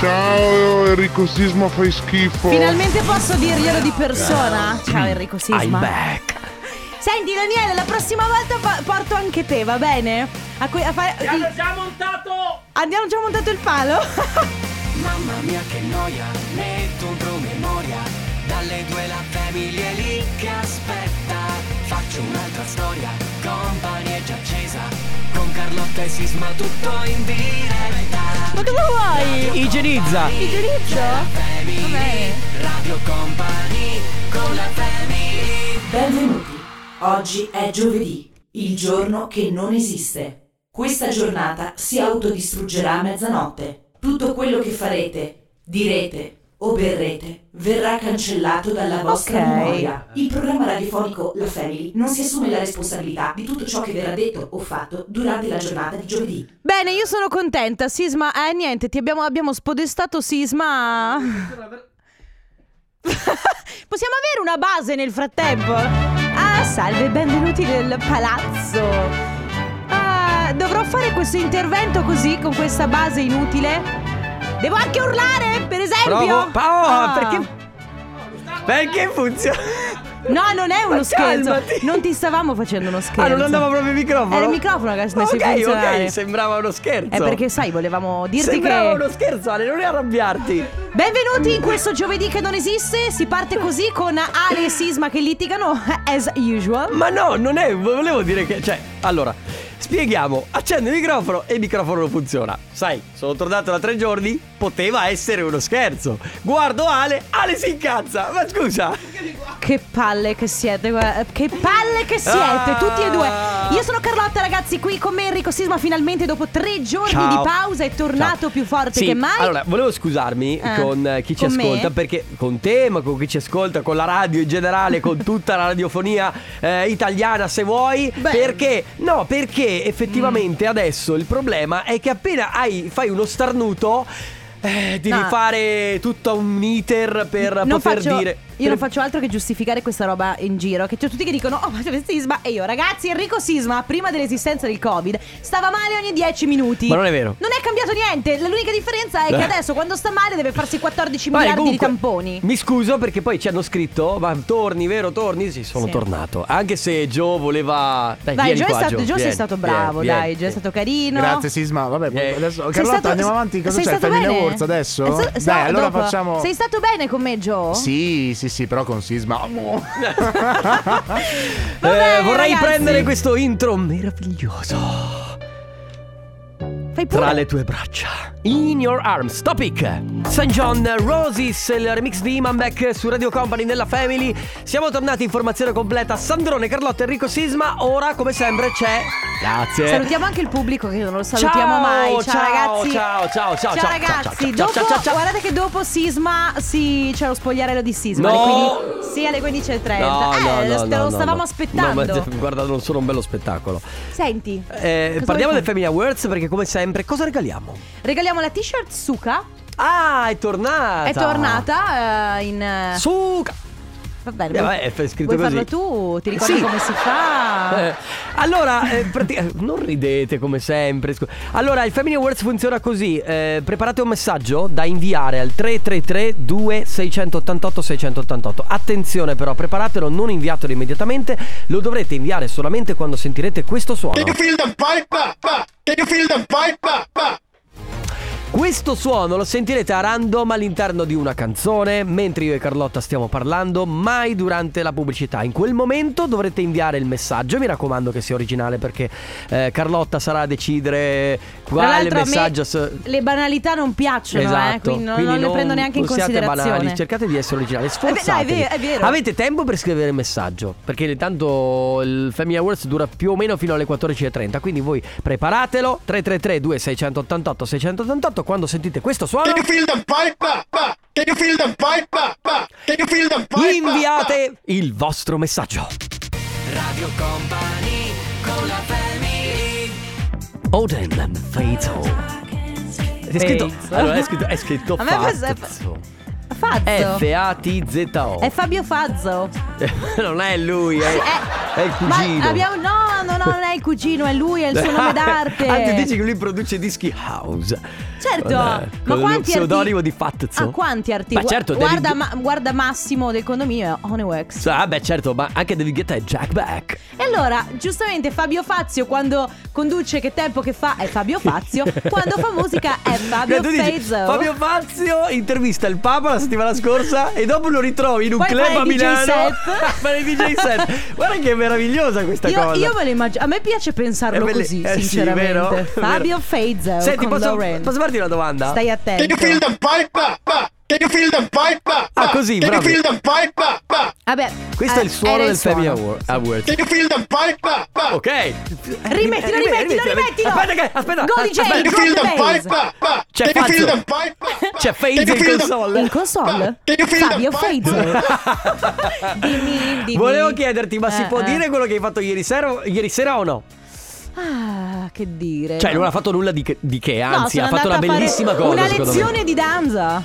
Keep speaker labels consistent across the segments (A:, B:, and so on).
A: Ciao Enrico Sisma fai schifo.
B: Finalmente posso dirglielo di persona. Ciao Enrico
C: I'm
B: Sisma.
C: back.
B: Senti Daniele, la prossima volta fa- porto anche te, va bene? A que- a fare-
D: Hanno già montato!
B: Abbiamo già montato il palo?
E: Mamma mia che noia, metto un promemoria Dalle due la famiglia è lì che aspetta Faccio un'altra storia, compagnia è già accesa Con Carlotta e Sisma tutto in diretta
B: Ma cosa vuoi?
C: Igienizza.
B: Indirizzo? Va bene.
E: Radio Company con la family
F: Benvenuti. Oggi è giovedì, il giorno che non esiste. Questa giornata si autodistruggerà a mezzanotte. Tutto quello che farete, direte o berrete verrà cancellato dalla vostra
B: Ok.
F: memoria. Il programma radiofonico La Family non si assume la responsabilità di tutto ciò che verrà detto o fatto durante la giornata di giovedì.
B: Bene, io sono contenta. Sisma, eh niente, ti abbiamo, abbiamo spodestato Sisma. Possiamo avere una base nel frattempo? Ah, salve, benvenuti nel palazzo. Ah, dovrò fare questo intervento così, con questa base inutile? Devo anche urlare, per esempio?
C: Provo.
B: Ah.
C: Paola, perché. Perché funziona?
B: No, non è uno
C: Ma
B: scherzo.
C: calmati.
B: Non ti stavamo facendo uno scherzo.
C: Ah, non andava proprio il microfono.
B: Era il microfono che ha smesso di
C: Ok,
B: funzionare.
C: ok, sembrava uno scherzo.
B: È Eh, perché, sai, volevamo dirti
C: sembrava
B: che...
C: uno scherzo, Ale, non arrabbiarti.
B: Benvenuti in questo giovedì che non esiste. Si parte così con Ale e Sisma che litigano, as usual.
C: Ma no, non è. Volevo dire che. Cioè, allora, spieghiamo. Accendo il microfono e il microfono non funziona. Sai, sono tornato da tre giorni. Poteva essere uno scherzo. Guardo Ale, Ale si incazza. Ma scusa.
B: Che palle che siete, guarda- che palle che siete,
C: Ah.
B: tutti e due. Io sono Carlotta, ragazzi, qui con me Enrico Sisma. Finalmente, dopo tre giorni di pausa, è tornato
C: Ciao.
B: più forte
C: Sì,
B: che mai.
C: Allora, volevo scusarmi
B: Eh,
C: con eh, chi ci
B: con me?
C: ascolta, perché con te, ma con chi ci ascolta, con la radio in generale, con tutta la radiofonia eh, italiana, se vuoi.
B: Beh. Mm.
C: Perché? No, perché effettivamente adesso il problema è che appena hai- fai uno starnuto. eh, devi
B: No.
C: fare tutto un iter per
B: Ah. Non
C: poter
B: faccio-
C: dire.
B: Io
C: per-
B: non faccio altro che giustificare questa roba in giro. Che c'è tutti che dicono: Oh, ma c'è Sisma. E io, ragazzi, Enrico Sisma, prima dell'esistenza del Covid, stava male ogni 10 minuti.
C: Ma non è vero.
B: Non è cambiato niente. L'unica differenza è che
C: Eh.
B: adesso, quando sta male, deve farsi 14
C: Vale,
B: miliardi
C: comunque,
B: di tamponi.
C: Mi scuso perché poi ci hanno scritto, ma torni, vero, torni? Sì, sono
B: Sì.
C: tornato. Anche se Joe voleva... Dai,
B: Dai,
C: vieni
B: Joe è
C: qua,
B: stato, Joe sei
C: vieni,
B: stato
C: vieni,
B: bravo,
C: vieni,
B: dai, Joe è
C: vieni.
B: stato carino.
G: Grazie Sisma, vabbè, poi-
C: Eh.
G: adesso
B: Sei
G: Carlotta
B: stato-
G: andiamo avanti, cosa
B: sei
G: c'è?
B: stato
G: Family
B: bene?
G: Awards adesso?
B: Sei stato-
G: Dai,
B: no,
G: allora
B: dopo.
G: facciamo
B: Sei stato bene con me, Joe?
G: Sì, sì, sì, però con Sisma.
C: Eh,
B: bene,
C: vorrei
B: ragazzi.
C: prendere questo intro meraviglioso
B: Fai pure.
C: tra le tue braccia. In your arms, topic. St. John Roses, il remix di Iman Beck su Radio Company nella Family. Siamo tornati in formazione completa. Sandrone, Carlotta, Enrico Sisma. Ora, come sempre, c'è. Grazie.
B: Salutiamo anche il pubblico che non lo salutiamo
C: Eh. Ciao,
B: mai. Ciao,
C: ciao,
B: ragazzi.
C: ciao, ciao, ciao, ciao, ciao,
B: ragazzi.
C: ciao, ciao,
B: Dopo-
C: ciao, ciao, ciao.
B: Guardate che dopo Sisma si, c'è lo spogliarello di Sisma.
C: No.
B: alle 15 sì, alle 15.30.
C: No, no,
B: eh,
C: no,
B: te
C: no,
B: lo
C: no,
B: stavamo
C: no.
B: aspettando.
C: No, ma, guarda, non sono un bello spettacolo.
B: Senti,
C: Eh,
B: Cosa
C: parliamo
B: vuoi
C: del Family Awards perché, come sempre, cosa regaliamo?
B: regaliamo la t-shirt Suka.
C: Ah, è tornata!
B: È tornata eh, in. eh,
C: Suca!
B: va bene.
C: Eh,
B: vuoi-
C: vabbè, è scritto
B: vuoi
C: così.
B: farlo tu? Ti ricordi
C: Sì.
B: come si fa?
C: Eh, allora, eh, pratica- non ridete come sempre. scu- Allora, il Family Awards funziona così: eh, preparate un messaggio da inviare al 333-2688-688. Attenzione, però, preparatelo, non inviatelo immediatamente. Lo dovrete inviare solamente quando sentirete questo suono. Questo suono lo sentirete a random all'interno di una canzone, mentre io e Carlotta stiamo parlando, mai durante la pubblicità. In quel momento dovrete inviare il messaggio, mi raccomando che sia originale perché eh, Carlotta sarà a decidere
B: Tra
C: quale
B: l'altro a me
C: messaggio... s-
B: le banalità non piacciono, eh, quindi non, non le prendo neanche in
C: Esatto. non siate
B: considerazione.
C: banali, cercate di essere originali,
B: no, è
C: sforzatevi.
B: vero, è vero.
C: Avete tempo per scrivere il messaggio, perché tanto il Family Awards dura più o meno fino alle 14.30, quindi voi preparatelo, 333 2688 688, quando sentite questo suono... Inviate il vostro messaggio.
E: Radio Company con la family
C: Oden Fatal. È scritto,
B: Fatal.
C: allora è scritto, è scritto
B: A me fa-
C: Fazzo.
B: Fazzo.
C: F-A-T-Z-O.
B: È Fabio Fazzo.
C: non è lui, è,
B: Eh,
C: è il
B: ma
C: cugino.
B: abbiamo, no, no, no, no, non è il cugino, è lui, è il suo Eh, nome d'arte.
C: Anzi, dici che lui produce dischi house.
B: Certo,
C: Vabbè,
B: ma
C: con lo
B: quanti
C: pseudonimo
B: arti-
C: di Fazzo.
B: Ah, quanti arti?
C: Ma
B: Gua-
C: certo, David-
B: guarda, ma- guarda Massimo del condominio, Honeyworks.
C: Sì, Ah, beh, certo, ma anche David Guetta è Jack Back.
B: E allora, giustamente Fabio Fazio quando conduce Che tempo che fa è Fabio Fazio, quando fa musica è Fabio
C: Cioè, tu dici,
B: Fazio.
C: Fabio Fazio intervista il Papa la settimana scorsa e dopo lo ritrovi in un
B: Poi fa
C: club
B: il
C: a
B: DJ
C: Milano.
B: set.
C: Ma il DJ set. Guarda che meravigliosa questa
B: Io,
C: cosa.
B: io me lo immagino, a me piace
C: È
B: pensarlo
C: belle-
B: così,
C: eh, sì,
B: sinceramente.
C: vero?
B: Fabio
C: Vero.
B: Fazio
C: Senti,
B: con
C: posso,
B: Lauren.
C: posso farti una domanda?
B: Stai attento.
C: ah, così, bravo.
B: Vabbè,
C: Questo
B: eh,
C: è il suono
B: era
C: del Family
B: suono.
C: Award. Award. Ok.
B: Rimettilo, rimettilo, rimettilo.
C: Aspetta che aspetta.
B: Go DJ,
C: aspetta.
B: go DJ.
C: C'è Fazio. C'è Fazio in console.
B: In console? Fabio Fazio. dimmi, dimmi.
C: Volevo chiederti, ma si
B: Eh,
C: può
B: eh.
C: dire quello che hai fatto ieri sera, ieri sera o no?
B: Ah, che dire.
C: Cioè, non ha fatto nulla di che, di che, anzi,
B: sono
C: ha
B: andata
C: fatto una
B: a fare
C: bellissima cosa.
B: Una
C: secondo me.
B: lezione di danza.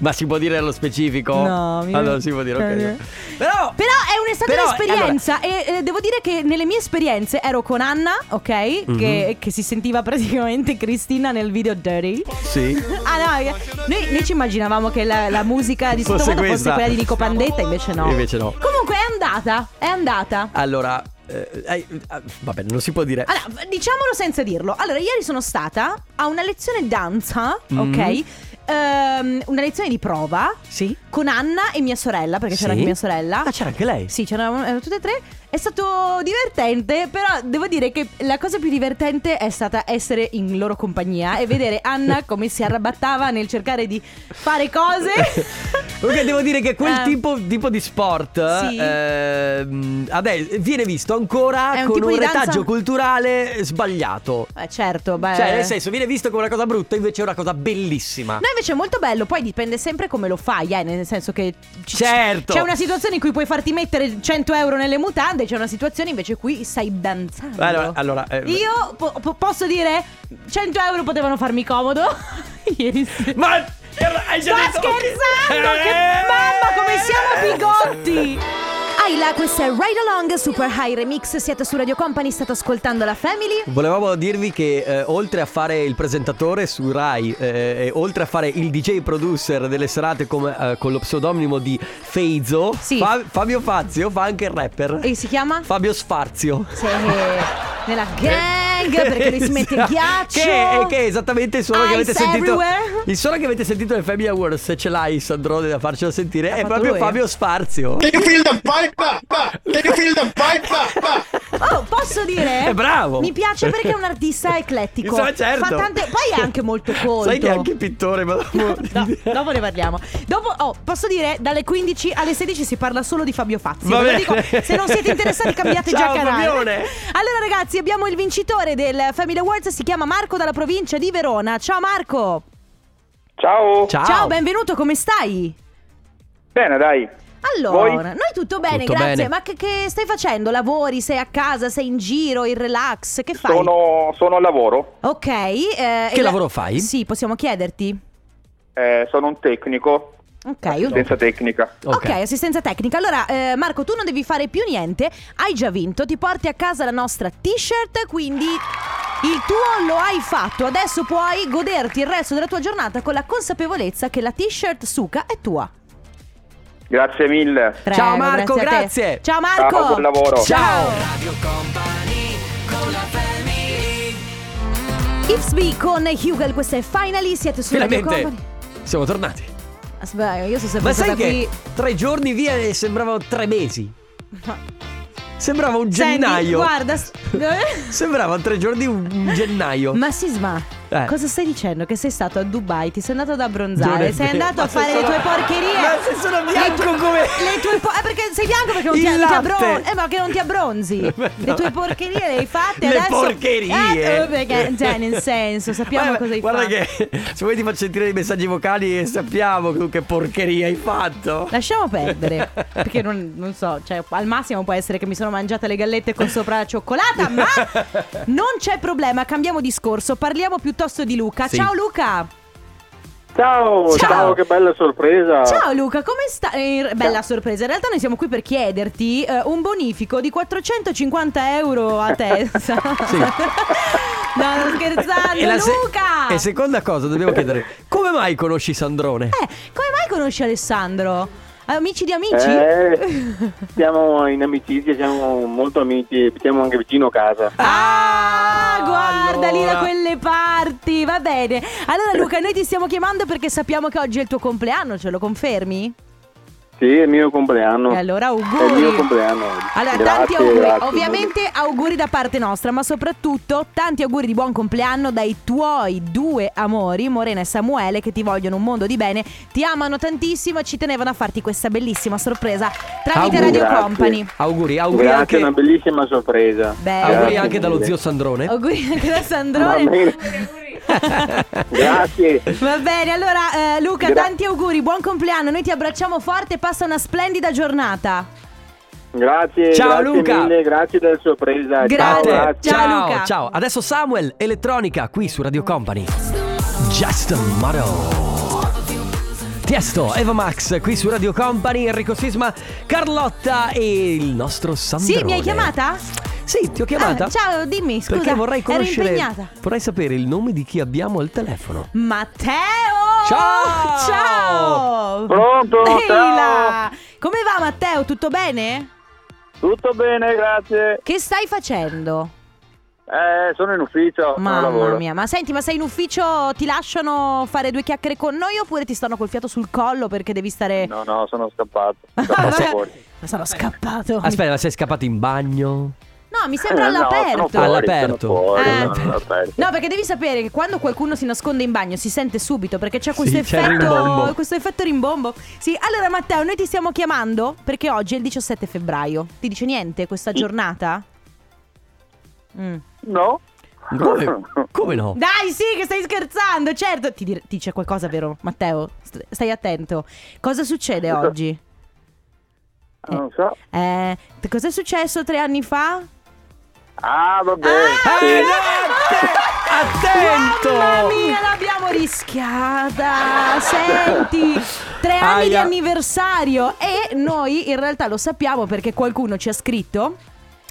C: Ma si può dire nello specifico?
B: No, mi-
C: mi... Allora si può dire,
B: Eh.
C: ok. Però,
B: Però è un'estate
C: però, eh,
B: d'esperienza e eh, devo dire che nelle mie esperienze ero con Anna, ok?
C: Mhm.
B: Che, che si sentiva praticamente Cristina nel video Dirty.
C: allora, sì.
B: Ah no, noi, noi ci immaginavamo che la, la musica di
C: Fosse
B: sottofondo fosse
C: questa.
B: quella di Nico Pandetta, invece no.
C: Invece no.
B: Comunque è andata, è andata.
C: Allora, eh, eh, eh, vabbè, non si può dire.
B: Allora, diciamolo senza dirlo. Allora, ieri sono stata a una lezione danza,
C: Mm.
B: ok? Ehm, una lezione di prova
C: Sì.
B: con Anna e mia sorella, perché c'era
C: Sì?
B: anche mia sorella.
C: Ah, c'era anche lei.
B: Sì, c'erano erano tutte e tre. È stato divertente, però devo dire che la cosa più divertente è stata essere in loro compagnia e vedere Anna come si arrabattava nel cercare di fare cose.
C: Comunque devo dire che quel
B: Eh.
C: tipo, tipo di sport
B: Sì.
C: ehm, adesso viene visto
B: È
C: ancora
B: un
C: con
B: tipo
C: un
B: di danza-
C: retaggio culturale sbagliato.
B: Eh, certo, beh.
C: Cioè, nel senso, viene visto come una cosa brutta, invece è una cosa bellissima.
B: No, invece è molto bello, poi dipende sempre come lo fai, eh, nel senso che c-
C: Certo.
B: c'è una situazione in cui puoi farti mettere 100 euro nelle mutande, c'è una situazione invece qui stai danzando.
C: Allora, allora, eh,
B: Io po- po- posso dire 100 euro potevano farmi comodo ieri sera.
C: Ma hai
B: Sto
C: già detto ok.
B: scherzando! Che...
C: Eh.
B: Mamma, come siamo bigotti! Aila, questa è Ride Along Super High Remix. Siete su Radio Company, state ascoltando la Family.
C: Volevamo dirvi che eh, oltre a fare il presentatore su Rai eh, e oltre a fare il DJ producer delle serate come, eh, con lo pseudonimo di Feizo,
B: Sì.
C: Fa- Fabio Fazio fa anche il rapper.
B: E si chiama?
C: Fabio Sfarzio.
B: Sì, nella gang perché lui si mette il ghiaccio.
C: Che, che è esattamente il suono che avete
B: Ice
C: sentito.
B: everywhere.
C: Il suono che avete sentito nel Family Awards, se ce l'hai Sandrone da farcelo sentire, è
B: fatto
C: proprio
B: lui. eh?
C: Fabio Sfarzio.
B: Oh, posso dire?
C: È bravo.
B: Mi piace perché è un artista eclettico.
C: Sì, certo.
B: Fa tante... Poi è anche molto colto.
C: Sai che è anche pittore, ma dopo-
B: No, dopo ne parliamo. Dopo, oh, posso dire, dalle 15 alle 16 si parla solo di Fabio Fazzi.
C: Va
B: Ve lo
C: bene.
B: dico, se non siete interessati cambiate
C: Ciao,
B: già canale.
C: Fabione.
B: Allora ragazzi, abbiamo il vincitore del Family Awards, si chiama Marco dalla provincia di Verona. Ciao Marco.
D: Ciao.
C: Ciao.
B: Ciao, benvenuto, come stai?
D: Bene, dai.
B: Allora,
D: Voi?
B: noi tutto bene,
C: Tutto
B: grazie.
C: bene.
B: Ma che, che stai facendo? Lavori? Sei a casa? Sei in giro? In relax? Che fai?
D: Sono, sono al lavoro,
B: Ok. eh, e
C: Che lavoro fai?
B: Sì, possiamo chiederti?
D: eh, sono un tecnico,
B: Ok, un-
D: senza tecnica.
B: Ok, assistenza tecnica. Allora, eh, Marco, tu non devi fare più niente, hai già vinto, ti porti a casa la nostra t-shirt, quindi il tuo lo hai fatto. Adesso puoi goderti il resto della tua giornata con la consapevolezza che la t-shirt Suka è tua.
D: Grazie mille.
B: Prego,
C: Ciao, Marco,
B: a te.
C: grazie.
B: Ciao Marco.
D: Ciao, buon lavoro.
C: Oh. Ciao.
B: Ipsby con Hugel, questa è Finally, siete su Radio
C: Finalmente
B: Company.
C: siamo tornati.
B: Aspetta, io sono sempre
C: Ma
B: stata
C: sai
B: qui.
C: che tre giorni via e sembravano tre mesi. Sembrava un
B: Senti,
C: gennaio.
B: guarda. s-
C: Sembrava tre giorni un un gennaio.
B: Ma Sisma,
C: Eh.
B: cosa stai dicendo? Che sei stato a Dubai, ti sei andato ad
C: Non
B: abbronzare,
C: è
B: sei
C: vero.
B: andato a
C: Ma se
B: fare le
C: sono-
B: tue porcherie.
C: Ma se sono bianco
B: Le tue-
C: come-
B: Le tue po- eh, perché sei bianco perché non ti,
C: Il
B: non ti
C: latte.
B: abbron- eh, ma che non ti abbronzi.
C: Ma
B: Le
C: no.
B: tue porcherie le hai fatte
C: Le
B: adesso.
C: porcherie.
B: Eh, perché, cioè, nel senso, sappiamo
C: Guarda-
B: cosa hai
C: Guarda
B: fatto.
C: che se vuoi ti faccio sentire dei messaggi vocali e sappiamo che, che porcheria hai fatto.
B: Lasciamo perdere, perché non, non so, cioè, al massimo può essere che mi sono mangiata le gallette con sopra la cioccolata, ma non c'è problema, cambiamo discorso, parliamo piuttosto di Luca.
C: Sì.
B: Ciao Luca!
D: Ciao, ciao,
B: Ciao.
D: che bella sorpresa.
C: Ah.
B: Ciao Luca, come stai? bella sorpresa, in realtà noi siamo qui per chiederti eh, un bonifico di 450 euro a testa.
C: Sì.
B: no, sto scherzando,
C: E la se-
B: Luca!
C: e seconda cosa, dobbiamo chiedere, come mai conosci Sandrone?
B: Eh, come mai conosci Alessandro? Amici di amici?
D: Eh, siamo in amicizia, siamo molto amici, abitiamo anche vicino casa.
B: Ah, guarda lì da
C: allora.
B: quelle parti, va bene. Allora Luca, noi ti stiamo chiamando perché sappiamo che oggi è il tuo compleanno, ce lo confermi?
D: Sì, è il mio compleanno.
B: E allora
D: È il
B: auguri.
D: mio compleanno. oggi.
B: Allora,
D: Grazie,
B: tanti auguri,
D: grazie.
B: ovviamente auguri da parte nostra, ma soprattutto tanti auguri di buon compleanno dai tuoi due amori, Morena e Samuele, che ti vogliono un mondo di bene, ti amano tantissimo e ci tenevano a farti questa bellissima sorpresa tramite
C: Auguri,
B: Radio
D: grazie.
B: Company.
C: Auguri, auguri
D: Grazie,
C: anche,
D: una bellissima sorpresa.
B: Beh,
C: auguri
D: Grazie
C: anche dallo
D: mille.
C: zio Sandrone.
B: Auguri anche da
D: Va
B: Sandrone.
D: bene. Grazie.
B: Va bene, allora eh, Luca,
D: Gra-
B: tanti auguri, buon compleanno, noi ti abbracciamo forte, passa una splendida giornata.
D: Grazie,
C: Ciao,
D: grazie
C: Luca.
D: mille, grazie della sorpresa.
C: A
B: Grazie.
C: te.
D: Ciao,
C: Ciao,
D: grazie.
B: Ciao, Luca.
C: ciao. Adesso Samuel, elettronica, qui su Radio Company. Just a motto. Tiesto, Eva Max, qui su Radio Company, Enrico Sisma, Carlotta e il nostro Sandrone.
B: Sì, mi hai chiamata?
C: Sì, ti ho chiamata.
B: Ah, ciao, dimmi, scusa.
C: Perché vorrei conoscere.
B: Ero impegnata. Oh,
C: Vorrei sapere il nome di chi abbiamo al telefono.
B: Matteo!
C: Ciao!
B: Ciao!
D: Pronto?
B: Ehi
D: Ciao.
B: là! Come va Matteo? Tutto bene?
D: Tutto bene, grazie.
B: Che stai facendo?
D: Eh, sono in ufficio, sono al
B: Mamma
D: lavoro.
B: mia, ma senti, ma sei in ufficio, ti lasciano fare due chiacchiere con noi oppure ti stanno col fiato sul collo perché devi stare...
D: No, no, sono scappato.
B: Ah,
D: Sono
B: vabbè.
D: fuori.
B: Ma sono scappato.
C: Aspetta, ma sei scappato in bagno?
B: No, mi sembra
D: Eh, no,
B: all'aperto.
D: sono fuori,
C: All'aperto.
D: sono fuori,
B: Ah.
D: no, sono all'aperto.
B: No, perché devi sapere che quando qualcuno si nasconde in bagno si sente subito perché c'è questo
C: Sì, c'è il
B: effetto
C: rimbombo.
B: questo effetto rimbombo. Sì, allora Matteo, noi ti stiamo chiamando perché oggi è il 17 febbraio. Ti dice niente questa giornata? Mm.
D: No?
C: Come, come no?
B: Dai, sì, che stai scherzando, certo. Ti dir- ti dice qualcosa, vero, Matteo? St- stai attento. Cosa succede oggi?
D: Ah, Non so.
B: Eh, t- cosa è successo tre anni fa?
D: Ah, vabbè.
B: Ah,
D: sì.
C: Eh, Attento!
B: Mamma mia, l'abbiamo rischiata! Senti, tre anni di
C: Aia.
B: anniversario e noi in realtà lo sappiamo perché qualcuno ci ha scritto.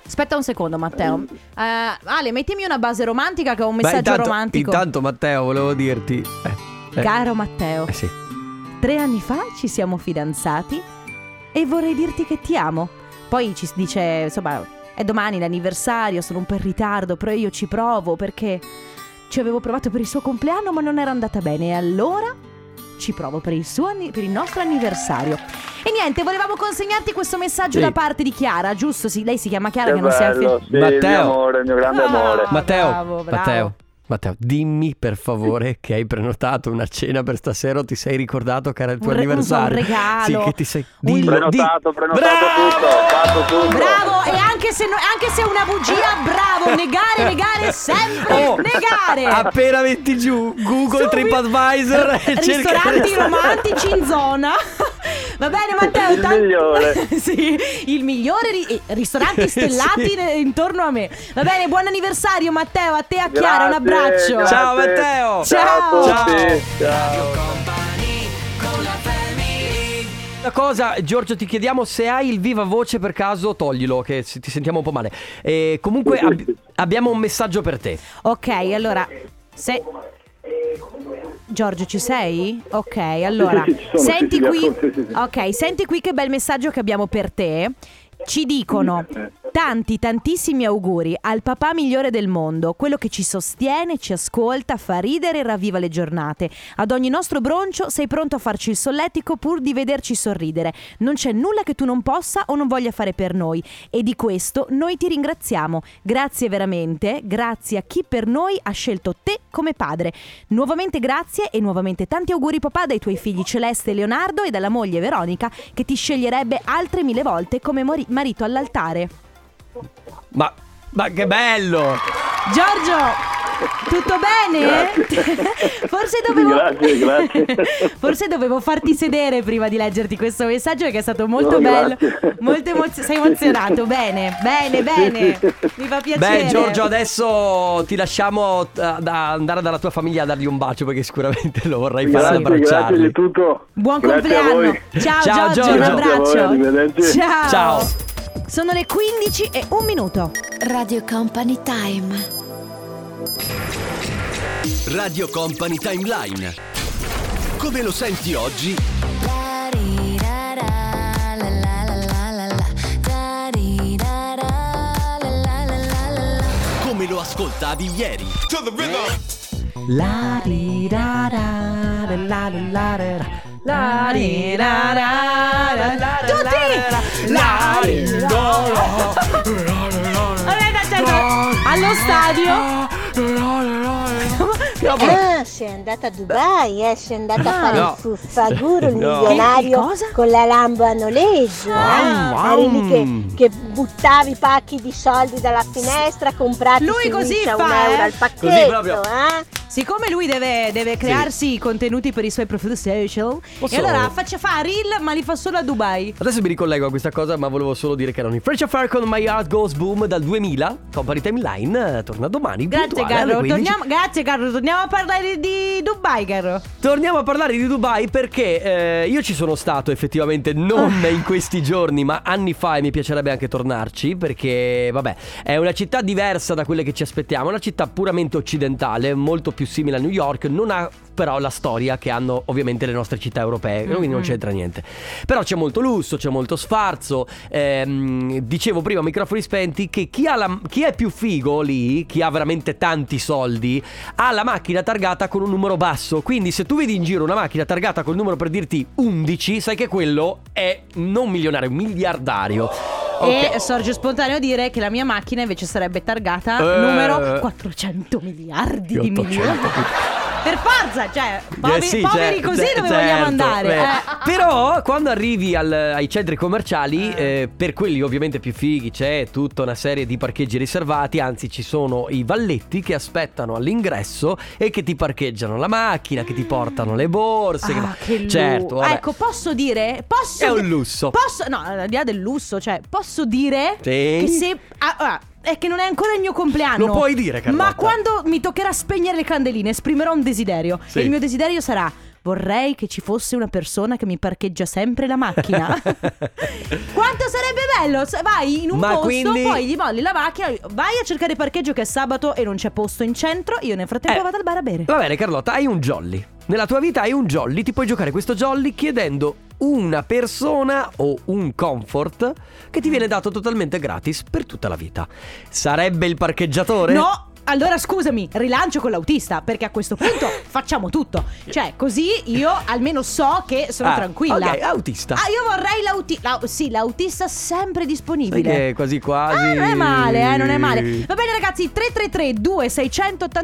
B: Aspetta un secondo, Matteo. Eh, Ale, mettimi una base romantica che ho un
C: Mm. Beh,
B: messaggio
C: intanto,
B: romantico.
C: Intanto, Matteo, volevo dirti. eh, eh,
B: Caro Matteo,
C: eh sì.
B: tre anni fa ci siamo fidanzati e vorrei dirti che ti amo. Poi ci si dice, insomma, è domani l'anniversario, sono un po' in ritardo, però io ci provo perché ci avevo provato per il suo compleanno ma non era andata bene e allora ci provo per il, suo anni- per il nostro anniversario. E niente, volevamo consegnarti questo messaggio
C: Sì.
B: da parte di Chiara, giusto? Sì, lei si chiama Chiara
D: Che
B: che non si è affi-
D: bello, sì, il mio
C: Matteo.
D: amore, il mio grande
B: Ah.
D: amore.
B: Ah,
C: Matteo,
B: bravo, bravo.
C: Matteo, Matteo, dimmi per favore che hai prenotato una cena per stasera o ti sei ricordato che era il tuo
B: Un re- un so- un
C: anniversario.
B: regalo.
C: Sì, che ti sei
B: Un-
C: dillo, di-
D: Prenotato, prenotato
C: Bravo!
D: tutto, fatto tutto.
B: Bravo, e anche se, no- anche se è una bugia, bravo, negare, negare, sempre
C: Oh,
B: negare.
C: Appena metti giù
B: Subito.
C: Google TripAdvisor e cerca il
B: ristoranti
C: ristorante.
B: romantici in zona. Va bene Matteo,
D: Il
B: tan-
D: migliore.
B: sì, il migliore ri- eh, ristoranti stellati
C: Sì.
B: ne- intorno a me. Va bene, buon anniversario Matteo, a te e a
D: Grazie,
B: Chiara, un abbraccio.
D: grazie.
C: Ciao,
B: Ciao.
C: Matteo.
D: Ciao a tutti. Ciao.
C: Una cosa, Giorgio, ti chiediamo se hai il viva voce per caso, toglilo, che se- ti sentiamo un po' male. E comunque ab- abbiamo un messaggio per te.
B: Ok, allora se Giorgio, ci sei? Ok, allora
D: sì, ci sono,
B: senti
D: sì, sì,
B: qui
D: ascolto, sì, sì, sì.
B: Ok, senti qui che bel messaggio che abbiamo per te. Ci dicono
D: Eh.
B: tanti, tantissimi auguri al papà migliore del mondo, quello che ci sostiene, ci ascolta, fa ridere e ravviva le giornate. Ad ogni nostro broncio sei pronto a farci il solletico pur di vederci sorridere. Non c'è nulla che tu non possa o non voglia fare per noi e di questo noi ti ringraziamo. Grazie veramente, grazie a chi per noi ha scelto te come padre. Nuovamente grazie e nuovamente tanti auguri papà dai tuoi figli Celeste e Leonardo e dalla moglie Veronica che ti sceglierebbe altre mille volte come mori- marito all'altare.
C: Ma, ma che bello!
B: Giorgio! Tutto bene? Forse dovevo...
D: Grazie, grazie.
B: Forse dovevo farti sedere prima di leggerti questo messaggio perché è stato molto
D: No,
B: bello.
D: grazie.
B: Molto emozio- Sei emozionato, bene, bene, bene. Mi fa piacere.
C: Beh, Giorgio, adesso ti lasciamo eh, da andare dalla tua famiglia a dargli un bacio perché sicuramente lo vorrai fare ad
D: Grazie, grazie
C: abbracciarli.
D: di tutto.
B: Buon
D: Grazie a
B: compleanno.
D: voi.
B: Ciao,
C: Ciao,
B: Giorgio, un
C: Giorgio.
D: Grazie a voi,
B: abbraccio.
D: arrivederci.
B: Ciao.
C: Ciao.
B: Sono le 15 e un minuto.
H: Radio Company Time.
E: Radio Company Timeline. Come lo senti oggi? Come lo ascoltavi ieri?
C: La
B: Di ra ra ra la lu la ra ra. La di ra ra ra la ra ra
C: Tutti!
B: ra. Vabbè, dai, certo, Allo stadio Eh.
I: Ah, sei andata a Dubai, eh? Sei andata a fare
C: no.
I: il fuffaguro, il
C: No.
B: Che
I: milionario
B: cosa?
I: con la Lambo a noleggio.
C: Ah,
I: eh?
C: wow.
I: Eri lì che, che buttavi pacchi di soldi dalla finestra, comprati
B: Lui
I: su
B: così
I: Wish a
B: fa,
I: un
B: eh?
I: euro al pacchetto,
C: Così proprio.
I: eh?
B: Siccome lui deve, deve crearsi i contenuti per i suoi profili social
C: Posso-
B: E allora faccia fa reel ma li fa solo a Dubai
C: Adesso mi ricollego a questa cosa, ma volevo solo dire che erano i French Affair con My Heart Goes Boom dal 2000. Company Timeline eh, torna domani.
B: Grazie
C: puntuale alle
B: Carlo,
C: 15.
B: torniamo, grazie Carlo, torniamo a parlare di Dubai Carlo
C: Torniamo a parlare di Dubai perché eh, io ci sono stato effettivamente non in questi giorni ma anni fa e mi piacerebbe anche tornarci perché vabbè è una città diversa da quelle che ci aspettiamo, una città puramente occidentale, molto più simile a New York, non ha però la storia che hanno ovviamente le nostre città europee, quindi non
B: Mhm.
C: c'entra niente. Però c'è molto lusso, c'è molto sfarzo, ehm, dicevo prima a microfoni spenti che chi, ha la- chi è più figo lì, chi ha veramente tanti soldi, ha la macchina targata con un numero basso. Quindi se tu vedi in giro una macchina targata col numero per dirti 11, sai che quello è non milionario, miliardario. Ok.
B: E sorge spontaneo dire che la mia macchina invece sarebbe targata
C: Eh.
B: numero 400 miliardi di
C: 800.
B: milioni Per forza, cioè, poveri,
C: Eh sì,
B: poveri
C: cer-
B: così
C: cer-
B: dove
C: certo,
B: vogliamo andare
C: beh.
B: eh.
C: Però quando arrivi al- ai centri commerciali eh, Per quelli ovviamente più fighi C'è tutta una serie di parcheggi riservati Anzi ci sono i valletti che aspettano all'ingresso E che ti parcheggiano la macchina Che ti portano le borse
B: Ah,
C: che-
B: che lu-
C: Certo vabbè.
B: Ecco, posso dire? Posso
C: È un
B: di-
C: lusso.
B: Posso, no, al di là del lusso, cioè, posso dire
C: Sì?
B: che se. ah, ah, è che non è ancora il mio compleanno.
C: Lo puoi dire, Carlotta.
B: Ma quando mi toccherà spegnere le candeline, esprimerò un desiderio.
C: Sì.
B: E il mio desiderio sarà. Vorrei che ci fosse una persona che mi parcheggia sempre la macchina. Quanto sarebbe bello! se Vai in un
C: Ma
B: posto,
C: quindi-
B: poi gli molli la macchina, vai a cercare parcheggio che è sabato e non c'è posto in centro. Io nel frattempo
C: Eh.
B: vado al bar a bere.
C: Va bene Carlotta, hai un jolly. Nella tua vita hai un jolly, ti puoi giocare questo jolly chiedendo una persona o un comfort che ti viene dato totalmente gratis per tutta la vita. Sarebbe il parcheggiatore?
B: No, allora scusami, rilancio con l'autista perché a questo punto facciamo tutto. Cioè, così io almeno so che sono
C: Ah,
B: tranquilla.
C: ok, autista.
B: Ah, io vorrei l'autista. sì, l'autista sempre
C: Sai
B: disponibile.
C: che quasi quasi.
B: Ah, non è male, eh, non è male. Va bene ragazzi,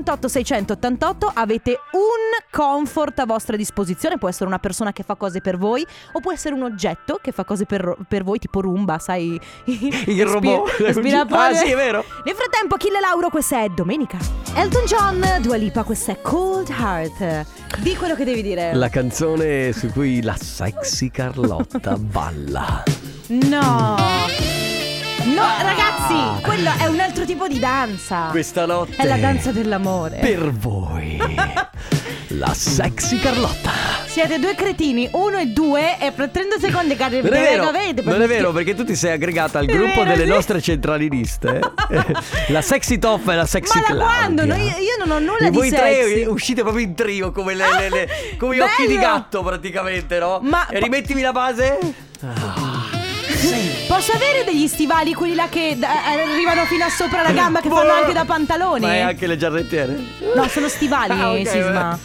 B: 333-2688-688 avete un comfort a vostra disposizione, può essere una persona che fa cose per voi o può essere un oggetto che fa cose per, per voi, tipo Roomba, sai?
C: Il robot.
B: Lo spirapolvere.
C: Ah, sì, è vero.
B: Nel frattempo, Achille Lauro, questa è Domenica. Elton John, Dua Lipa, questa è Cold Heart. Di quello che devi dire.
C: La canzone su cui la sexy Carlotta balla.
B: No. No, ragazzi, quello è un altro tipo di danza.
C: Questa notte.
B: È la danza dell'amore.
C: Per voi. la sexy Carlotta.
B: Siete due cretini, uno e due, e per 30 secondi cade
C: Non è vero,
B: avete,
C: non è vero perché tu ti sei aggregata al gruppo
B: vero,
C: delle
B: Eh, sì.
C: nostre centraliniste. la sexy top e la sexy
B: Ma da
C: Claudia.
B: quando? No, io- io non ho nulla
C: E
B: di
C: voi
B: sexy.
C: tre eh, uh. uscite proprio in trio come, le- le- le- come gli
B: Bello.
C: occhi di gatto praticamente, no?
B: Ma-
C: E rimettimi la base?
B: Posso avere degli stivali, quelli là che eh, arrivano fino a sopra la gamba, che fanno anche da pantaloni?
C: Ma è anche le giarrettiere.
B: No, sono stivali,
C: Ah, ok,
B: Sisma.
C: vabbè.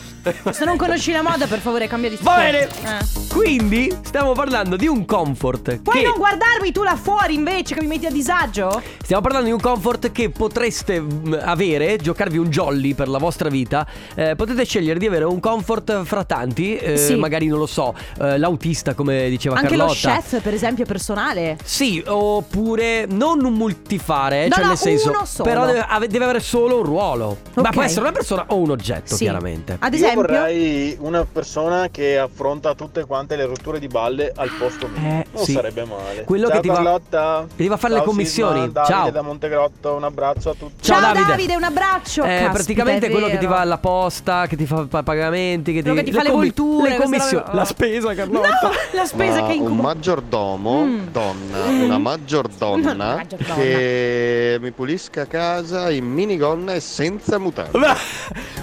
B: Se non conosci la moda, per favore, cambia di
C: Va
B: sport.
C: bene.
B: Eh.
C: Quindi stiamo parlando di un comfort.
B: Puoi
C: che
B: non guardarmi tu là fuori invece che mi metti a disagio?
C: Stiamo parlando di un comfort che potreste mm, avere, giocarvi un jolly per la vostra vita. Eh, potete scegliere di avere un comfort fra tanti, eh,
B: Sì.
C: magari non lo so, eh, l'autista come diceva
B: Anche
C: Carlotta.
B: lo chef, per esempio, è personale.
C: Sì, oppure non un multifare,
B: No,
C: cioè
B: no,
C: nel senso,
B: uno solo.
C: però deve, ave- deve avere solo un ruolo. Ma
B: Ok.
C: può essere una persona o un oggetto,
B: Sì.
C: Certo,
B: Ah,
C: chiaramente.
B: Ad esempio,
D: una persona che affronta tutte quante le rotture di balle al posto
C: Eh, sì.
D: male.
C: Quello che ti va- che ti va a fare le commissioni. Ciao.
D: Montegrotto, un abbraccio a tutti.
B: ciao,
C: Ciao,
B: Davide.
C: Davide.
B: un abbraccio.
C: Eh,
B: cioè, Caspita,
C: praticamente
B: è
C: quello che
B: vero.
C: ti va alla posta, che ti fa pa- pagamenti, che ti,
B: Quello che ti fa le
C: commi-
B: volture,
C: le
B: questa
C: commissioni,
B: roba-
C: la spesa,
B: No,
C: Carlotta.
B: la spesa
J: Ma
B: che
J: un
B: incubo.
J: maggiordomo,
B: Mm.
J: donna,
B: Mm.
J: una maggiordonna,
B: Una maggiordonna.
J: che mi pulisca casa in minigonna e senza mutande.
C: Ma,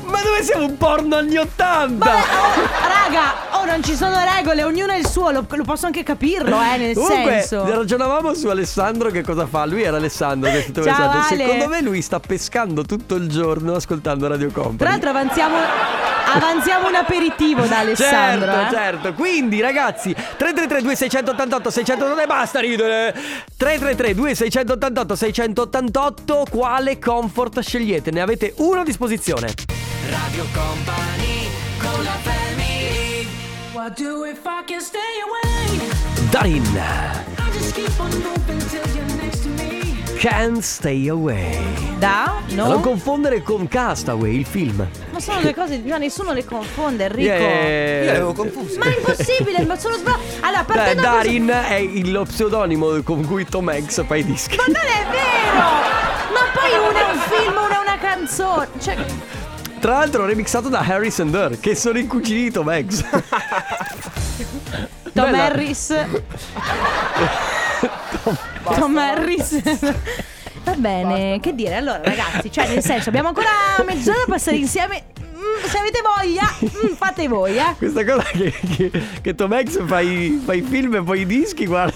C: ma dove siamo un porno anni 80?
B: Vabbè, oh, raga, oh, non ci sono regole, ognuno è il suo, lo, lo posso anche capirlo, eh, nel
C: Comunque,
B: senso.
C: ragionavamo su Alessandro che cosa fa. Lui era Alessandro. che è stato
B: Ciao,
C: pensato.
B: Ale.
C: Secondo me lui sta pescando tutto il giorno ascoltando Radio Company.
B: Tra l'altro avanziamo, avanziamo un aperitivo da Alessandro.
C: Certo,
B: eh.
C: certo. Quindi, ragazzi, 333 2688 688 e basta ridere. 333 2688 688 quale comfort scegliete? Ne avete uno a disposizione.
E: Radio Company con la family
C: Darin. Can't stay away.
B: Da?
C: Da Non
B: No?
C: confondere con Castaway, il film.
B: Ma sono due cose, ma nessuno le confonde, Enrico.
C: Eh,
B: Ma è impossibile, ma sono sbro... Allora,
C: Beh,
B: partendo da questo-
C: Darin è il- lo pseudonimo con cui Tom Hanks fa i dischi.
B: Ma non è vero! Ma poi uno è un film, uno è una canzone. Cioè,
C: Tra l'altro remixato da Harrison Durr, che sono i cugini di Tom Hanks.
B: Tom
C: Bella.
B: Harris. Tom Harris. Va bene, che dire? Allora, ragazzi, cioè, nel senso, abbiamo ancora mezz'ora da passare insieme. Mm, se avete voglia, mm, fate voi, eh.
C: Questa cosa che, che, che Tom Hanks fa i, fa i film e poi i dischi, guarda.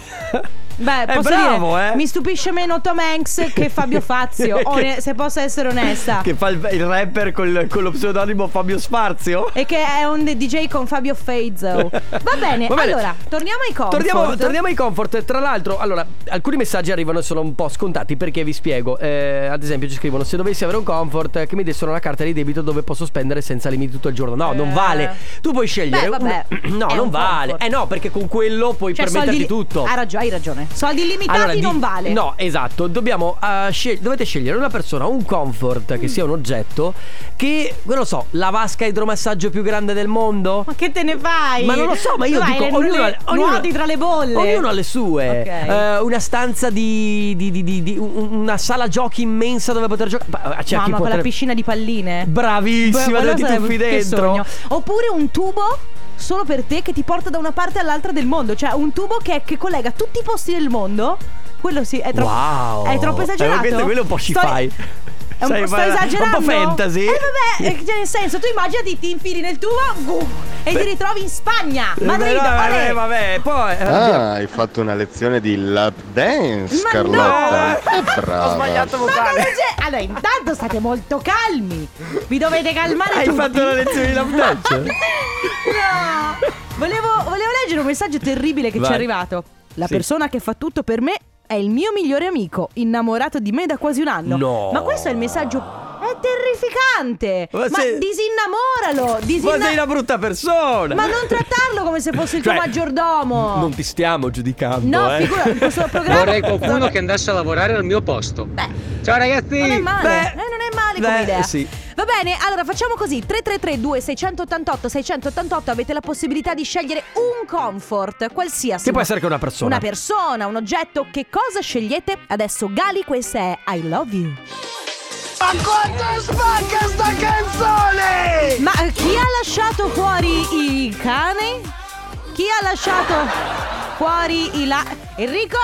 B: Beh,
C: È
B: posso
C: bravo,
B: dire,
C: eh.
B: mi stupisce meno Tom Hanks che Fabio Fazio, one- se posso essere onesta.
C: Che fa il, il rapper col- con lo pseudonimo Fabio Sfarzio.
B: E che è un DJ con Fabio Fazio. Va bene,
C: Va bene.
B: allora, torniamo ai comfort.
C: Torniamo, torniamo ai comfort. Tra l'altro, allora, alcuni messaggi arrivano e sono un po' scontati perché vi spiego. Eh, ad esempio, ci scrivono: Se dovessi avere un comfort, eh, che mi dessero una carta di debito dove posso spendere senza limiti tutto il giorno. No, non
B: Eh.
C: vale. Tu puoi scegliere.
B: Beh, vabbè,
C: un- No,
B: è
C: non
B: un
C: vale.
B: comfort.
C: Eh no, perché con quello puoi
B: Cioè,
C: permetterti
B: soldi li-
C: tutto.
B: Hai ragione, hai ragione. Soldi illimitati
C: di-
B: non vale.
C: No, esatto. Dobbiamo, eh, scel- dovete scegliere una persona, un comfort
B: Mm.
C: che sia un oggetto. Che, non lo so, la vasca a idromassaggio più grande del mondo.
B: Ma che te ne fai?
C: Ma non lo so, ma io
B: Vai,
C: dico
B: le-
C: ognuno,
B: le-
C: ha- ognuno-
B: nuoti tra le bolle.
C: Ognuno ha le sue.
B: Ok.
C: Eh, una stanza di, di- di- di- di- un- una sala giochi immensa dove poter giocare. Bah, C'è
B: Mamma,
C: Cioè, chi
B: con la
C: potrebbe-
B: piscina di palline. Beh,
C: Bravissima,
B: quello
C: dove ti
B: sarebbe-
C: tuffi
B: che
C: dentro.
B: sogno. Oppure un tubo solo per te che ti porta da una parte all'altra del mondo. Cioè, un tubo che, che collega tutti i posti del mondo. Quello sì, è troppo,
C: Wow.
B: è troppo
C: Eh,
B: esagerato.
C: quello- quello è un po'
B: Sto-
C: sci-fi.
B: È un
C: Sai,
B: po', sto
C: ma- un po'
B: esagerando.
C: fantasy.
B: Eh vabbè, eh, cioè, nel senso, tu immaginati, ti infili nel tubo guff, e ti ritrovi in Spagna. Madrid,
C: Eh, vabbè,
B: olè.
C: vabbè, poi. eh,
J: Ah, hai fatto una lezione di lap dance,
B: Ma
J: Carlotta.
B: no!
J: Che brava.
B: Ma cosa c'è? Allora, intanto state molto calmi. Vi dovete calmare
C: Hai
B: tutti.
C: fatto la lezione di lap dance?
B: No. Volevo, volevo leggere un messaggio terribile che ci
C: Vai.
B: è arrivato. La
C: Sì.
B: persona che fa tutto per me è il mio migliore amico, innamorato di me da quasi un anno.
C: No.
B: Ma questo è il messaggio. È terrificante! Ma,
C: Ma se-
B: disinnamoralo!
C: Ma
B: disinna-
C: sei una brutta persona.
B: Ma non trattarlo come se fosse il tuo
C: Cioè,
B: maggiordomo!
C: Non ti stiamo giudicando.
B: no,
C: eh.
B: figurati, questo programma.
E: che andasse a lavorare al mio posto Ciao
B: Non è
E: ragazzi
B: male,
C: Beh,
B: eh, non è male come
C: beh,
B: idea.
C: sì.
B: Va bene, allora facciamo così: 333 688 688 avete la possibilità di scegliere un comfort, qualsiasi.
C: Che può essere che una persona.
B: Una persona, un oggetto, che cosa scegliete? Adesso Gali, questa è I Love You. Ma quanto spacca sta canzone! Ma eh, chi ha lasciato fuori i cani? Chi ha lasciato fuori i la... Enrico!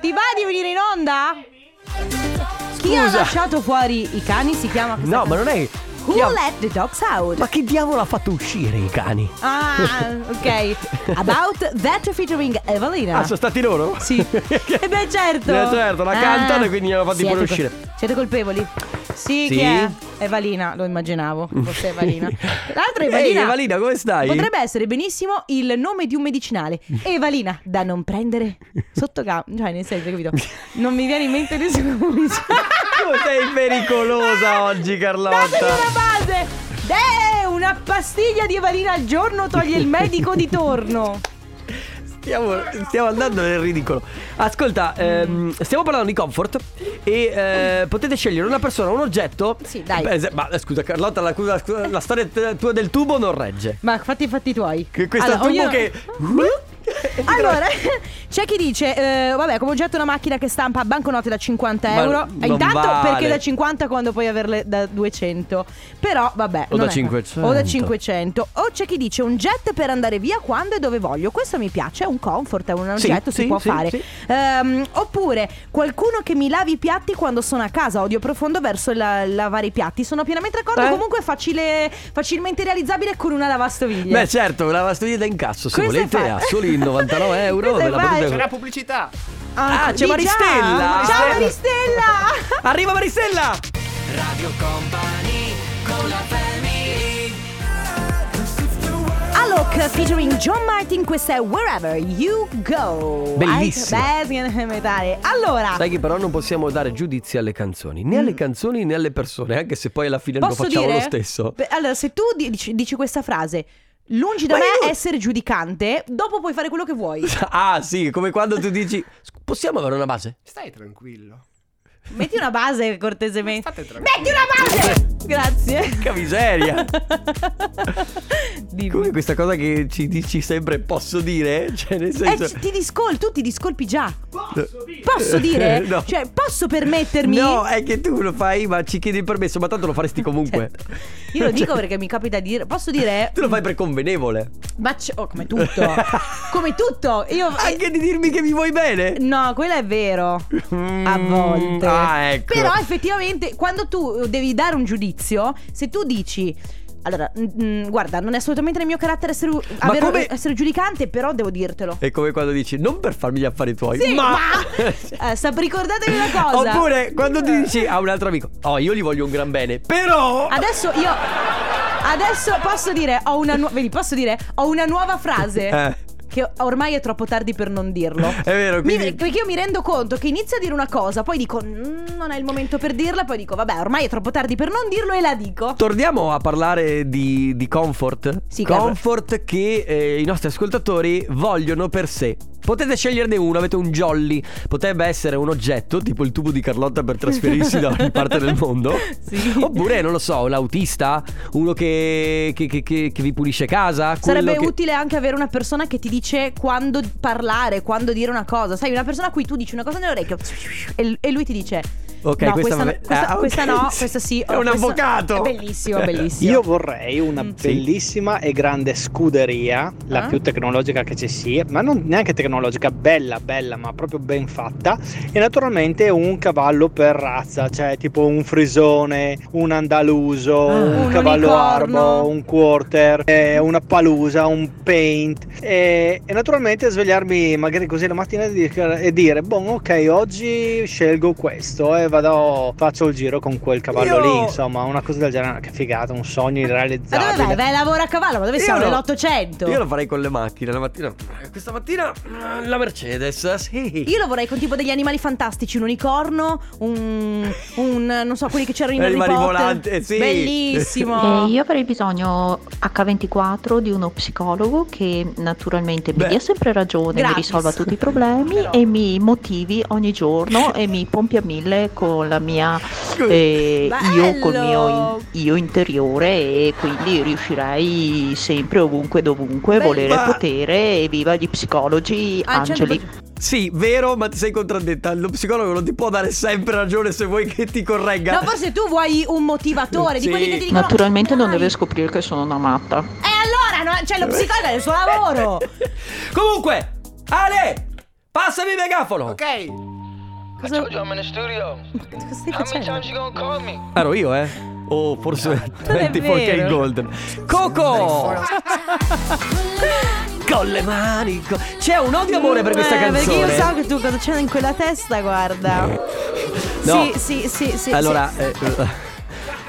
B: Ti va di venire in onda? Chi ha
C: Scusa.
B: lasciato fuori i cani si chiama questa
C: No, ma non è.
B: Who
C: Chi ha-
B: let the dogs out?
C: Ma che diavolo ha fatto uscire i cani?
B: Ah, ok. About that featuring Evelina.
C: Ah, sono stati loro?
B: Sì. E beh certo. Ah,
C: Eh, certo, la cantano e quindi gliel'hanno fatti
B: siete
C: fuori uscire.
B: col- Siete colpevoli? Sì,
C: Sì?
B: chi è? È Valina, lo immaginavo. Forse è Valina. L'altra è
C: Ehi,
B: Valina.
C: Evalina, come stai?
B: Potrebbe essere benissimo il nome di un medicinale. Evalina, da non prendere sotto gamba. Cioè, nel senso, capito? Non mi viene in mente nessuno.
C: Tu sei pericolosa
B: Ah!
C: oggi,
B: Datemi una
C: Carlotta.
B: base! Eh, una pastiglia di Evalina al giorno toglie il medico di torno.
C: Stiamo, stiamo andando nel ridicolo. Ascolta, ehm, stiamo parlando di comfort e eh, potete scegliere una persona, un oggetto.
B: Sì, dai.
C: Per esempio- ma eh, scusa, Carlotta, la, scusa- scusa, la storia t- tua del tubo non regge.
B: Ma fatti i fatti tuoi.
C: Che questo
B: Allora,
C: tubo
B: ognuno-
C: che.
B: Allora, c'è chi dice, eh, vabbè, come oggetto una macchina che stampa banconote da 50
C: Ma
B: euro.
C: non
B: E Intanto
C: vale.
B: perché da 50 quando puoi averle da 200. Però, vabbè.
C: O
B: non
C: da
B: è-
C: 500.
B: O da 500. O c'è chi dice un jet per andare via quando e dove voglio. Questo mi piace, è un comfort, è un
C: Sì,
B: oggetto, si
C: sì,
B: può
C: sì,
B: fare.
C: sì.
B: Ehm, oppure qualcuno che mi lavi i piatti quando sono a casa. Odio profondo verso la- lavare i piatti. Sono pienamente d'accordo.
C: Eh?
B: Comunque è facile, facilmente realizzabile con una lavastoviglie.
C: Beh, certo, la lavastoviglie da incasso. Se
B: Questo è
C: volete,
B: fa-
C: a soli 99 euro.
B: Questo è
C: ve la
B: facile.
C: potete...
G: pubblicità.
C: Ah, c'è
B: di già.
C: Maristella!
B: Ciao Maristella!
C: Arriva Maristella!
B: Alok featuring John Martin, questa è Wherever You Go.
C: Bellissimo.
B: Ai tedeschi e metare. Allora,
C: Sai che però non possiamo dare giudizi alle canzoni, né alle canzoni né alle persone, anche se poi alla fine lo
B: Mm. posso
C: facciamo
B: dire?
C: lo stesso.
B: Beh, Allora, se tu dici, dici questa frase, lungi da
C: Ma
B: me
C: io-
B: essere giudicante, dopo puoi fare quello che vuoi.
C: Ah sì, come quando tu dici "Sc- possiamo avere una base?
G: Stai tranquillo.
B: Metti una base cortesemente.
G: State tranquilli.
B: Metti una
C: Eh.
B: base! Grazie.
C: Che miseria!
B: Dimmi.
C: come questa cosa che ci dici sempre posso dire? Cioè nel
B: Eh,
C: senso...
B: ci- ti discol- tu ti discolpi già. Posso dire?
C: No.
B: Cioè, posso permettermi?
C: No, è che tu lo fai ma ci chiedi il permesso, ma tanto lo faresti comunque.
B: Certo. Io lo dico perché mi capita di dire. Posso dire?
C: Cioè Tu lo fai per convenevole.
B: Ma c- oh, come tutto. come tutto. Io. eh,
C: Anche di dirmi che mi vuoi bene.
B: No, quello è vero.
C: Mm,
B: A volte.
C: Ah, ecco.
B: Però effettivamente, quando tu devi dare un giudizio, se tu dici. Allora, mm, mm, guarda, non è assolutamente nel mio carattere essere, avere-
C: come-
B: essere giudicante, però devo dirtelo.
C: È come quando dici non per farmi gli affari tuoi,
B: Sì,
C: ma...
B: ma, Eh, sa- ricordatevi una cosa.
C: Oppure quando ti dici a un altro amico, oh io gli voglio un gran bene, però...
B: Adesso io. Adesso posso dire, ho una nuova. Vedi, posso dire, ho una nuova frase.
C: Eh.
B: Che ormai è troppo tardi per non dirlo.
C: È vero,
B: Mi-
C: quindi-
B: perché io mi rendo conto che inizio a dire una cosa, poi dico "Mm, non è il momento per dirla, poi dico vabbè ormai è troppo tardi per non dirlo e la dico.
C: Torniamo a parlare di, di comfort.
B: Sì, Carlo.
C: comfort che eh, i nostri ascoltatori vogliono per sé. Potete sceglierne uno, avete un jolly. Potrebbe essere un oggetto, tipo il tubo di Carlotta per trasferirsi da ogni parte del mondo.
B: Sì.
C: Oppure, non lo so, l'autista, uno che, che- che- che- che vi pulisce casa. quello
B: Sarebbe
C: che-
B: utile anche avere una persona che ti dice quando parlare, quando dire una cosa. Sai, una persona a cui tu dici una cosa nell'orecchio e, e lui ti dice...
C: Ok,
B: no,
C: questa
B: questa,
C: va
B: no,
C: bene.
B: questa,
C: Ah, ok,
B: questa no,
C: sì.
B: questa sì.
C: È
B: oh,
C: un
B: questa-
C: avvocato.
B: È bellissimo, bellissimo.
K: Io vorrei una
B: Mm.
C: Sì.
K: bellissima e grande scuderia, la
B: Ah.
K: più tecnologica che ci sia, ma non neanche tecnologica, bella, bella, ma proprio ben fatta. E naturalmente un cavallo per razza, cioè tipo un frisone, un andaluso,
C: Ah.
K: un,
B: Un
K: cavallo
B: unicorno.
K: arbo, un quarter, eh, una palusa, un paint. E, e naturalmente svegliarmi magari così la mattina e dire, e dire, boh, ok, oggi scelgo questo e vado, faccio il giro con quel cavallo
C: Io-
K: lì, insomma, una cosa del genere, che figata, un sogno
B: Ma dove vai?
K: irrealizzabile.
B: Vai a lavoro a cavallo, ma dove
C: Io
B: siamo?
C: lo-
B: Nell'Ottocento?
C: Io lo farei con le macchine la mattina. Questa mattina mm, la Mercedes, sì.
B: Io lo vorrei con tipo degli animali fantastici, un unicorno, un, un non so, quelli che c'erano in
C: Eh,
B: Harry
C: animali
B: Potter.
C: volante, sì.
B: Bellissimo.
L: Eh, io avrei bisogno H24 di uno psicologo che naturalmente mi
C: Beh.
L: dia sempre ragione,
B: Gratis.
L: mi risolva tutti i problemi
B: Però.
L: e mi motivi ogni giorno e mi pompi a mille con la mia eh, io col mio
B: Bello.
L: in- io interiore e quindi riuscirei sempre ovunque dovunque
B: Beh,
L: volere
C: ma-
L: potere e viva gli psicologi
B: Ah, il
L: angeli.
B: centro-
C: Sì, vero, ma ti sei contraddetta. Lo psicologo non ti può dare sempre ragione se vuoi che ti corregga.
B: No, forse tu vuoi un motivatore
C: Sì.
B: di quelli che ti dicono
L: Naturalmente non
B: "Dai".
L: deve scoprire che sono una matta.
B: E allora, no, cioè lo psicologo è il suo lavoro.
C: Comunque, Ale, passami il megafono.
G: Ok.
B: Cosa... Cosa stai facendo?
C: Ero io, eh. Oh, forse
B: Non è
C: 24K
B: vero.
C: Golden. Coco! Con le mani. co- C'è un odio amore per questa
B: Eh,
C: canzone.
B: Perché io so che tu cosa c'è in quella testa, guarda.
C: No.
B: Sì, sì, sì, sì.
C: Allora,
B: sì.
C: eh, eh,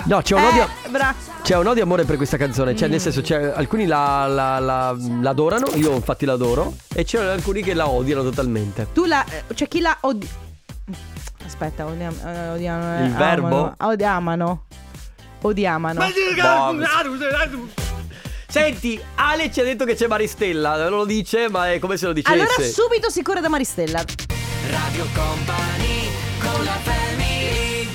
C: No, c'è un
B: Eh,
C: odio.
B: bra-
C: C'è un odio amore per questa canzone,
B: Mm.
C: cioè nel senso c'è- alcuni la, la, la- la adorano, io infatti l'adoro, e c'erano alcuni che la odiano totalmente.
B: Tu la. eh, C'è chi la odia. Aspetta, odiam- eh, odiano. eh,
C: Il verbo?
B: amano. Ah, Odiamano. Odiamano.
C: Boh. Senti, Ale ci ha detto che c'è Maristella, non lo dice, ma è come se lo dicesse.
B: Allora subito si corre da Maristella.
E: Radio Company con la family.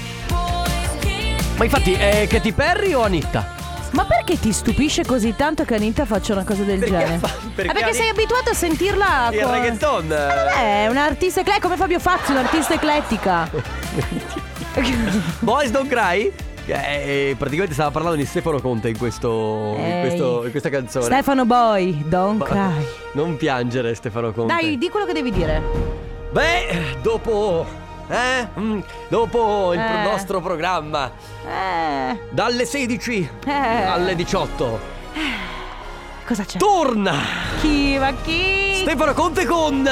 C: Ma infatti, è Katy Perry o Anitta?
B: Ma perché ti stupisce così tanto che Anita faccia una cosa del genere?
C: perché
B: Ah, perché
C: Anita-
B: sei abituato a sentirla
C: Il
B: con-
C: reggaeton.
B: Eh, è un'artista eclettica, come Fabio Fazzi, un'artista eclettica.
C: Boys Don't Cry? Eh, praticamente stava parlando di Stefano Conte in, questo, in,
B: Ehi.
C: questo- in questa canzone.
B: Stefano Boy, don't
C: Ma-
B: cry.
C: Non piangere Stefano Conte.
B: Dai, di quello che devi dire.
C: Beh, dopo... eh, mm, dopo il
B: Eh.
C: nostro programma,
B: Eh,
C: dalle 16
B: Eh.
C: alle 18,
B: cosa c'è?
C: torna
B: Chi, ma chi?
C: Stefano Conte con...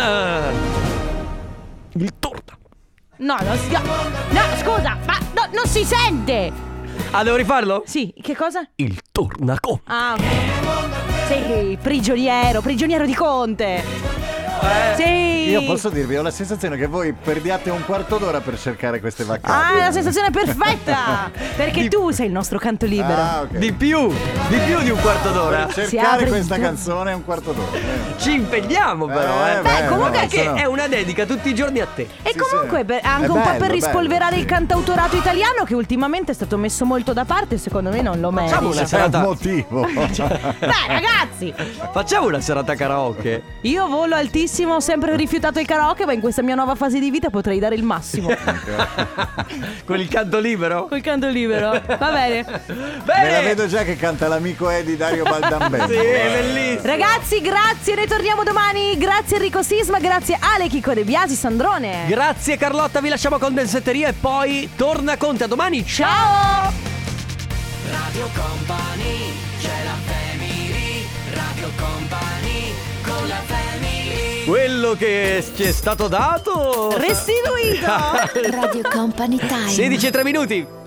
B: No, non si. No, scusa, ma no, non si sente!
C: Ah, devo rifarlo?
B: Sì, che cosa?
C: Il torna con...
B: Ah, ok. Sì, prigioniero, prigioniero di Conte. Sì.
M: Eh, Io posso dirvi, ho la sensazione che voi perdiate un quarto d'ora per cercare queste
B: Ah,
M: vacanze.
B: è la sensazione perfetta! Perché tu sei il nostro canto libero.
M: Ah, ok. Eh.
C: Di più, di più di un quarto d'ora.
M: Per
B: Si
M: cercare
B: apre
M: questa
B: il-
M: canzone è un quarto d'ora. eh.
C: Ci impegniamo però, eh.
M: Eh, beh, Eh, comunque- no,
C: Perché
M: se no-
C: è una dedica tutti i giorni a te.
B: E comunque per- anche
C: È
B: un po'
C: bello,
B: per
C: bello,
B: rispolverare
C: sì.
B: il cantautorato italiano che ultimamente è stato messo molto da parte, secondo me non lo merita.
C: Facciamo una
M: C'è un
C: serata.
M: motivo.
B: Dai ragazzi,
C: Facciamo una serata karaoke.
B: io volo altissimo, ho sempre rifiutato il karaoke, ma in questa mia nuova fase di vita potrei dare il massimo.
C: Con il canto libero?
B: Col canto libero, va bene.
M: Me la vedo già che canta l'amico Eddie Dario Baldambello.
C: Eh Sì, è
K: eh.
C: bellissimo.
B: Ragazzi, grazie, ne torniamo domani. Grazie Enrico Sisma, grazie Ale Chico De Biasi Sandrone.
C: Grazie Carlotta, vi lasciamo con Densetteria e poi torna Conte. A domani, ciao!
E: Radio Company, c'è la family. Radio Company con la family.
C: Quello che ci è stato dato...
H: Radio Company Time.
C: 16 e 3 minuti.